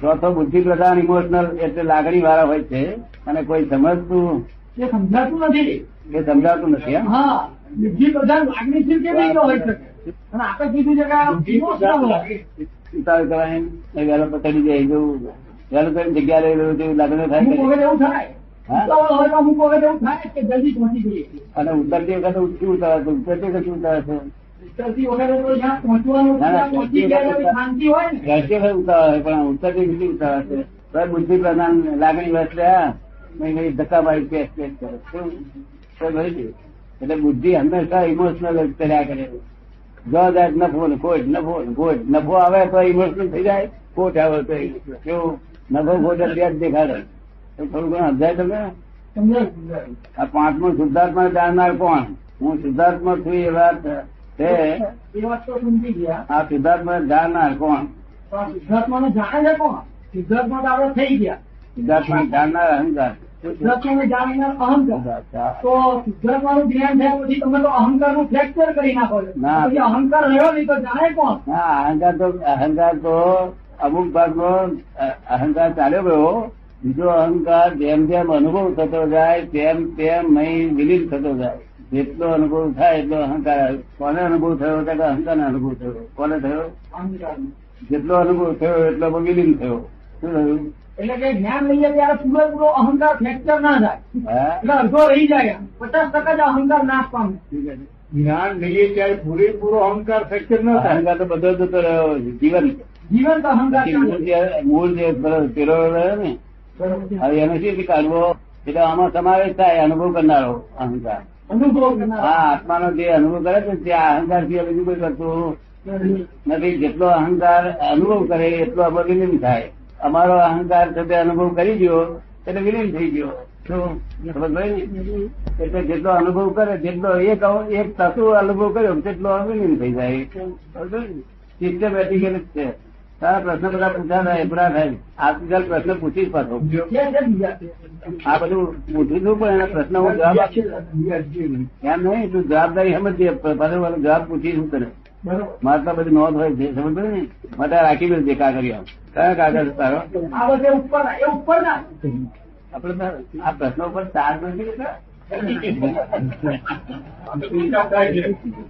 ચોથો બુદ્ધિ પ્રધાન ઇમોશનલ એટલે લાગણી વાળા હોય છે અને કોઈ સમજતું એ સમજાતું નથી એ સમજાતું નથી એમ હા બુદ્ધિ પ્રધાન લાગણીશીલ કેવી રીતે હોઈ શકે અને આપણે કીધું છે કે આ emotional હોય. ઉતાવળ કરવાની નહીં, વહેલો તો ચડી જાય એવું વહેલો ચડીને જગ્યા લઈ લઉં તેવી લાગણી થાય અમુક ખરી. વખત એવું થાય હા. ઉતાવળ હોય તો અમુક વખત એવું થાય કે જલ્દી પહોંચી જઈએ અને ઉતરતી વખતે ઊંચી ઉતાવળ છે ઉતરતી વખતે શું ઉતાવળ છે ઉતરતી વખતે તો જ્યાં પહોંચવાનું ના, ના, ત્યાં પહોંચી ગયા એવી શાંતિ હોય ને રહેશે ભાઈ ઉતાવળ છે, પણ ઉતરતી કેટલી ઉતાવળ છે ભાઈ બુદ્ધિ પ્રધાન લાગણી વર્ષે આ નહીં નહીં ધક્કા મારી પેસ પેસ કરે શું? તો ભરી ગયું. એટલે બુદ્ધિ હંમેશા ઇમોશનલ જ કર્યા કરે જવાબદાર નફો ને ખોટ નફો ને ખોટ નફો આવે તો ઇમોશનલ થઈ જાય ખોટ આવે તો emotional. કેવું નફો ખોટ એટલે જ દેખાડે તો થોડું ઘણું સમજાય તમે સમજાયું સમજાયું આ પાંચમું શુદ્ધાત્મા જાણનાર કોણ હું શુદ્ધાત્મા છું એ વાત છે એ વાત તો સમજી ગયા આ શુદ્ધાત્મા જાણનાર કોણ પણ આ સિદ્ધાર્થમાં જાણે છે કોણ સિદ્ધાર્થમાં તો આપણે થઈ ગયા શુદ્ધાત્મા જાણનાર અહંકાર સિદ્ધાર્થમાં જાણીને અહંકાર ના તો સિદ્ધાર્થનું જ્ઞાન થયા પછી તમે તો અહંકાર નું ફ્રેક્ચર કરી નાખો છો ના. પછી અહંકાર રહ્યો નહીં તો જાણે કોણ અહંકાર તો અહંકાર તો અમુક ભાગનો અ- અહંકાર ચાલ્યો ગયો બીજો અહંકાર જેમ જેમ અનુભવ થતો જાય તેમ તેમ નહીં વિલીન થતો જાય જેટલો અનુભવ થાય એટલો અહંકાર આવે. કોને અનુભવ થયો તો કે અહંકારનો અનુભવ થયો કોને થયો અહંકાર જેટલો અનુભવ થયો એટલો પણ વિલીન થયો શું થયું એટલે કે જ્ઞાન લઈએ ત્યારે પૂરેપૂરો અહંકાર ફ્રેક્ચર ના થાય હા એટલે અડધો રહી જાય એમ. પચાસ ટકા જ અહંકાર નાશ પામે જ્ઞાન લઈએ ત્યારે પૂરેપૂરો અહંકાર ફ્રેક્ચર ન થાય અહંકાર તો બધો જતો રહ્યો છે. જીવન જીવંત અહંકાર પછી મૂળ જે- મૂળ જે પેલો પેલો રહ્યો ને ચાલે. હવે એનો શી કાઢવો એટલે આમાં સમાવેશ થાય અનુભવ કરનારો અહંકાર અનુભવ આ કરનારા. આત્માનો જે અનુભવ કરે છે તે આ અહંકાર થી બીજું કોઈ કરતું નથી જેટલો અહંકાર અનુભવ કરે એટલો આપણો વિલીન થાય અમારો અહંકાર છે તે અનુભવ કરી ગયો એટલે વિલીન થઈ ગયો શું ખબર પડી ને? એટલે જેટલો અનુભવ કરે જેટલો એક અવ- એક તત્વ અનુભવ કર્યો તેટલો વિલીન થઈ જાય સિસ્ટમેટિકલી જ છે તારા પ્રશ્ન બધા પૂછાતા એપરા થાય આવતીકાલ પ્રશ્ન પૂછીશ પાછો જે છે બીજા છે. આ બધું પૂછું છું પણ એના પ્રશ્ન હું જવાબ આપીશ એમ નહીં તું જવાબદારી સમજે પાછો મારો જવાબ પૂછીશ હું તને બરોબર મારે તો બધી નોંધ હોય છે સમજ પડી ને માટે આ રાખી દઉં છે કાગળ આમ. કયા કાગળ છે તારો આ બધે ઉપર એ ઉપર ના આપડે તો આ પ્રશ્નો ઉપર ચાર નથી લેતા?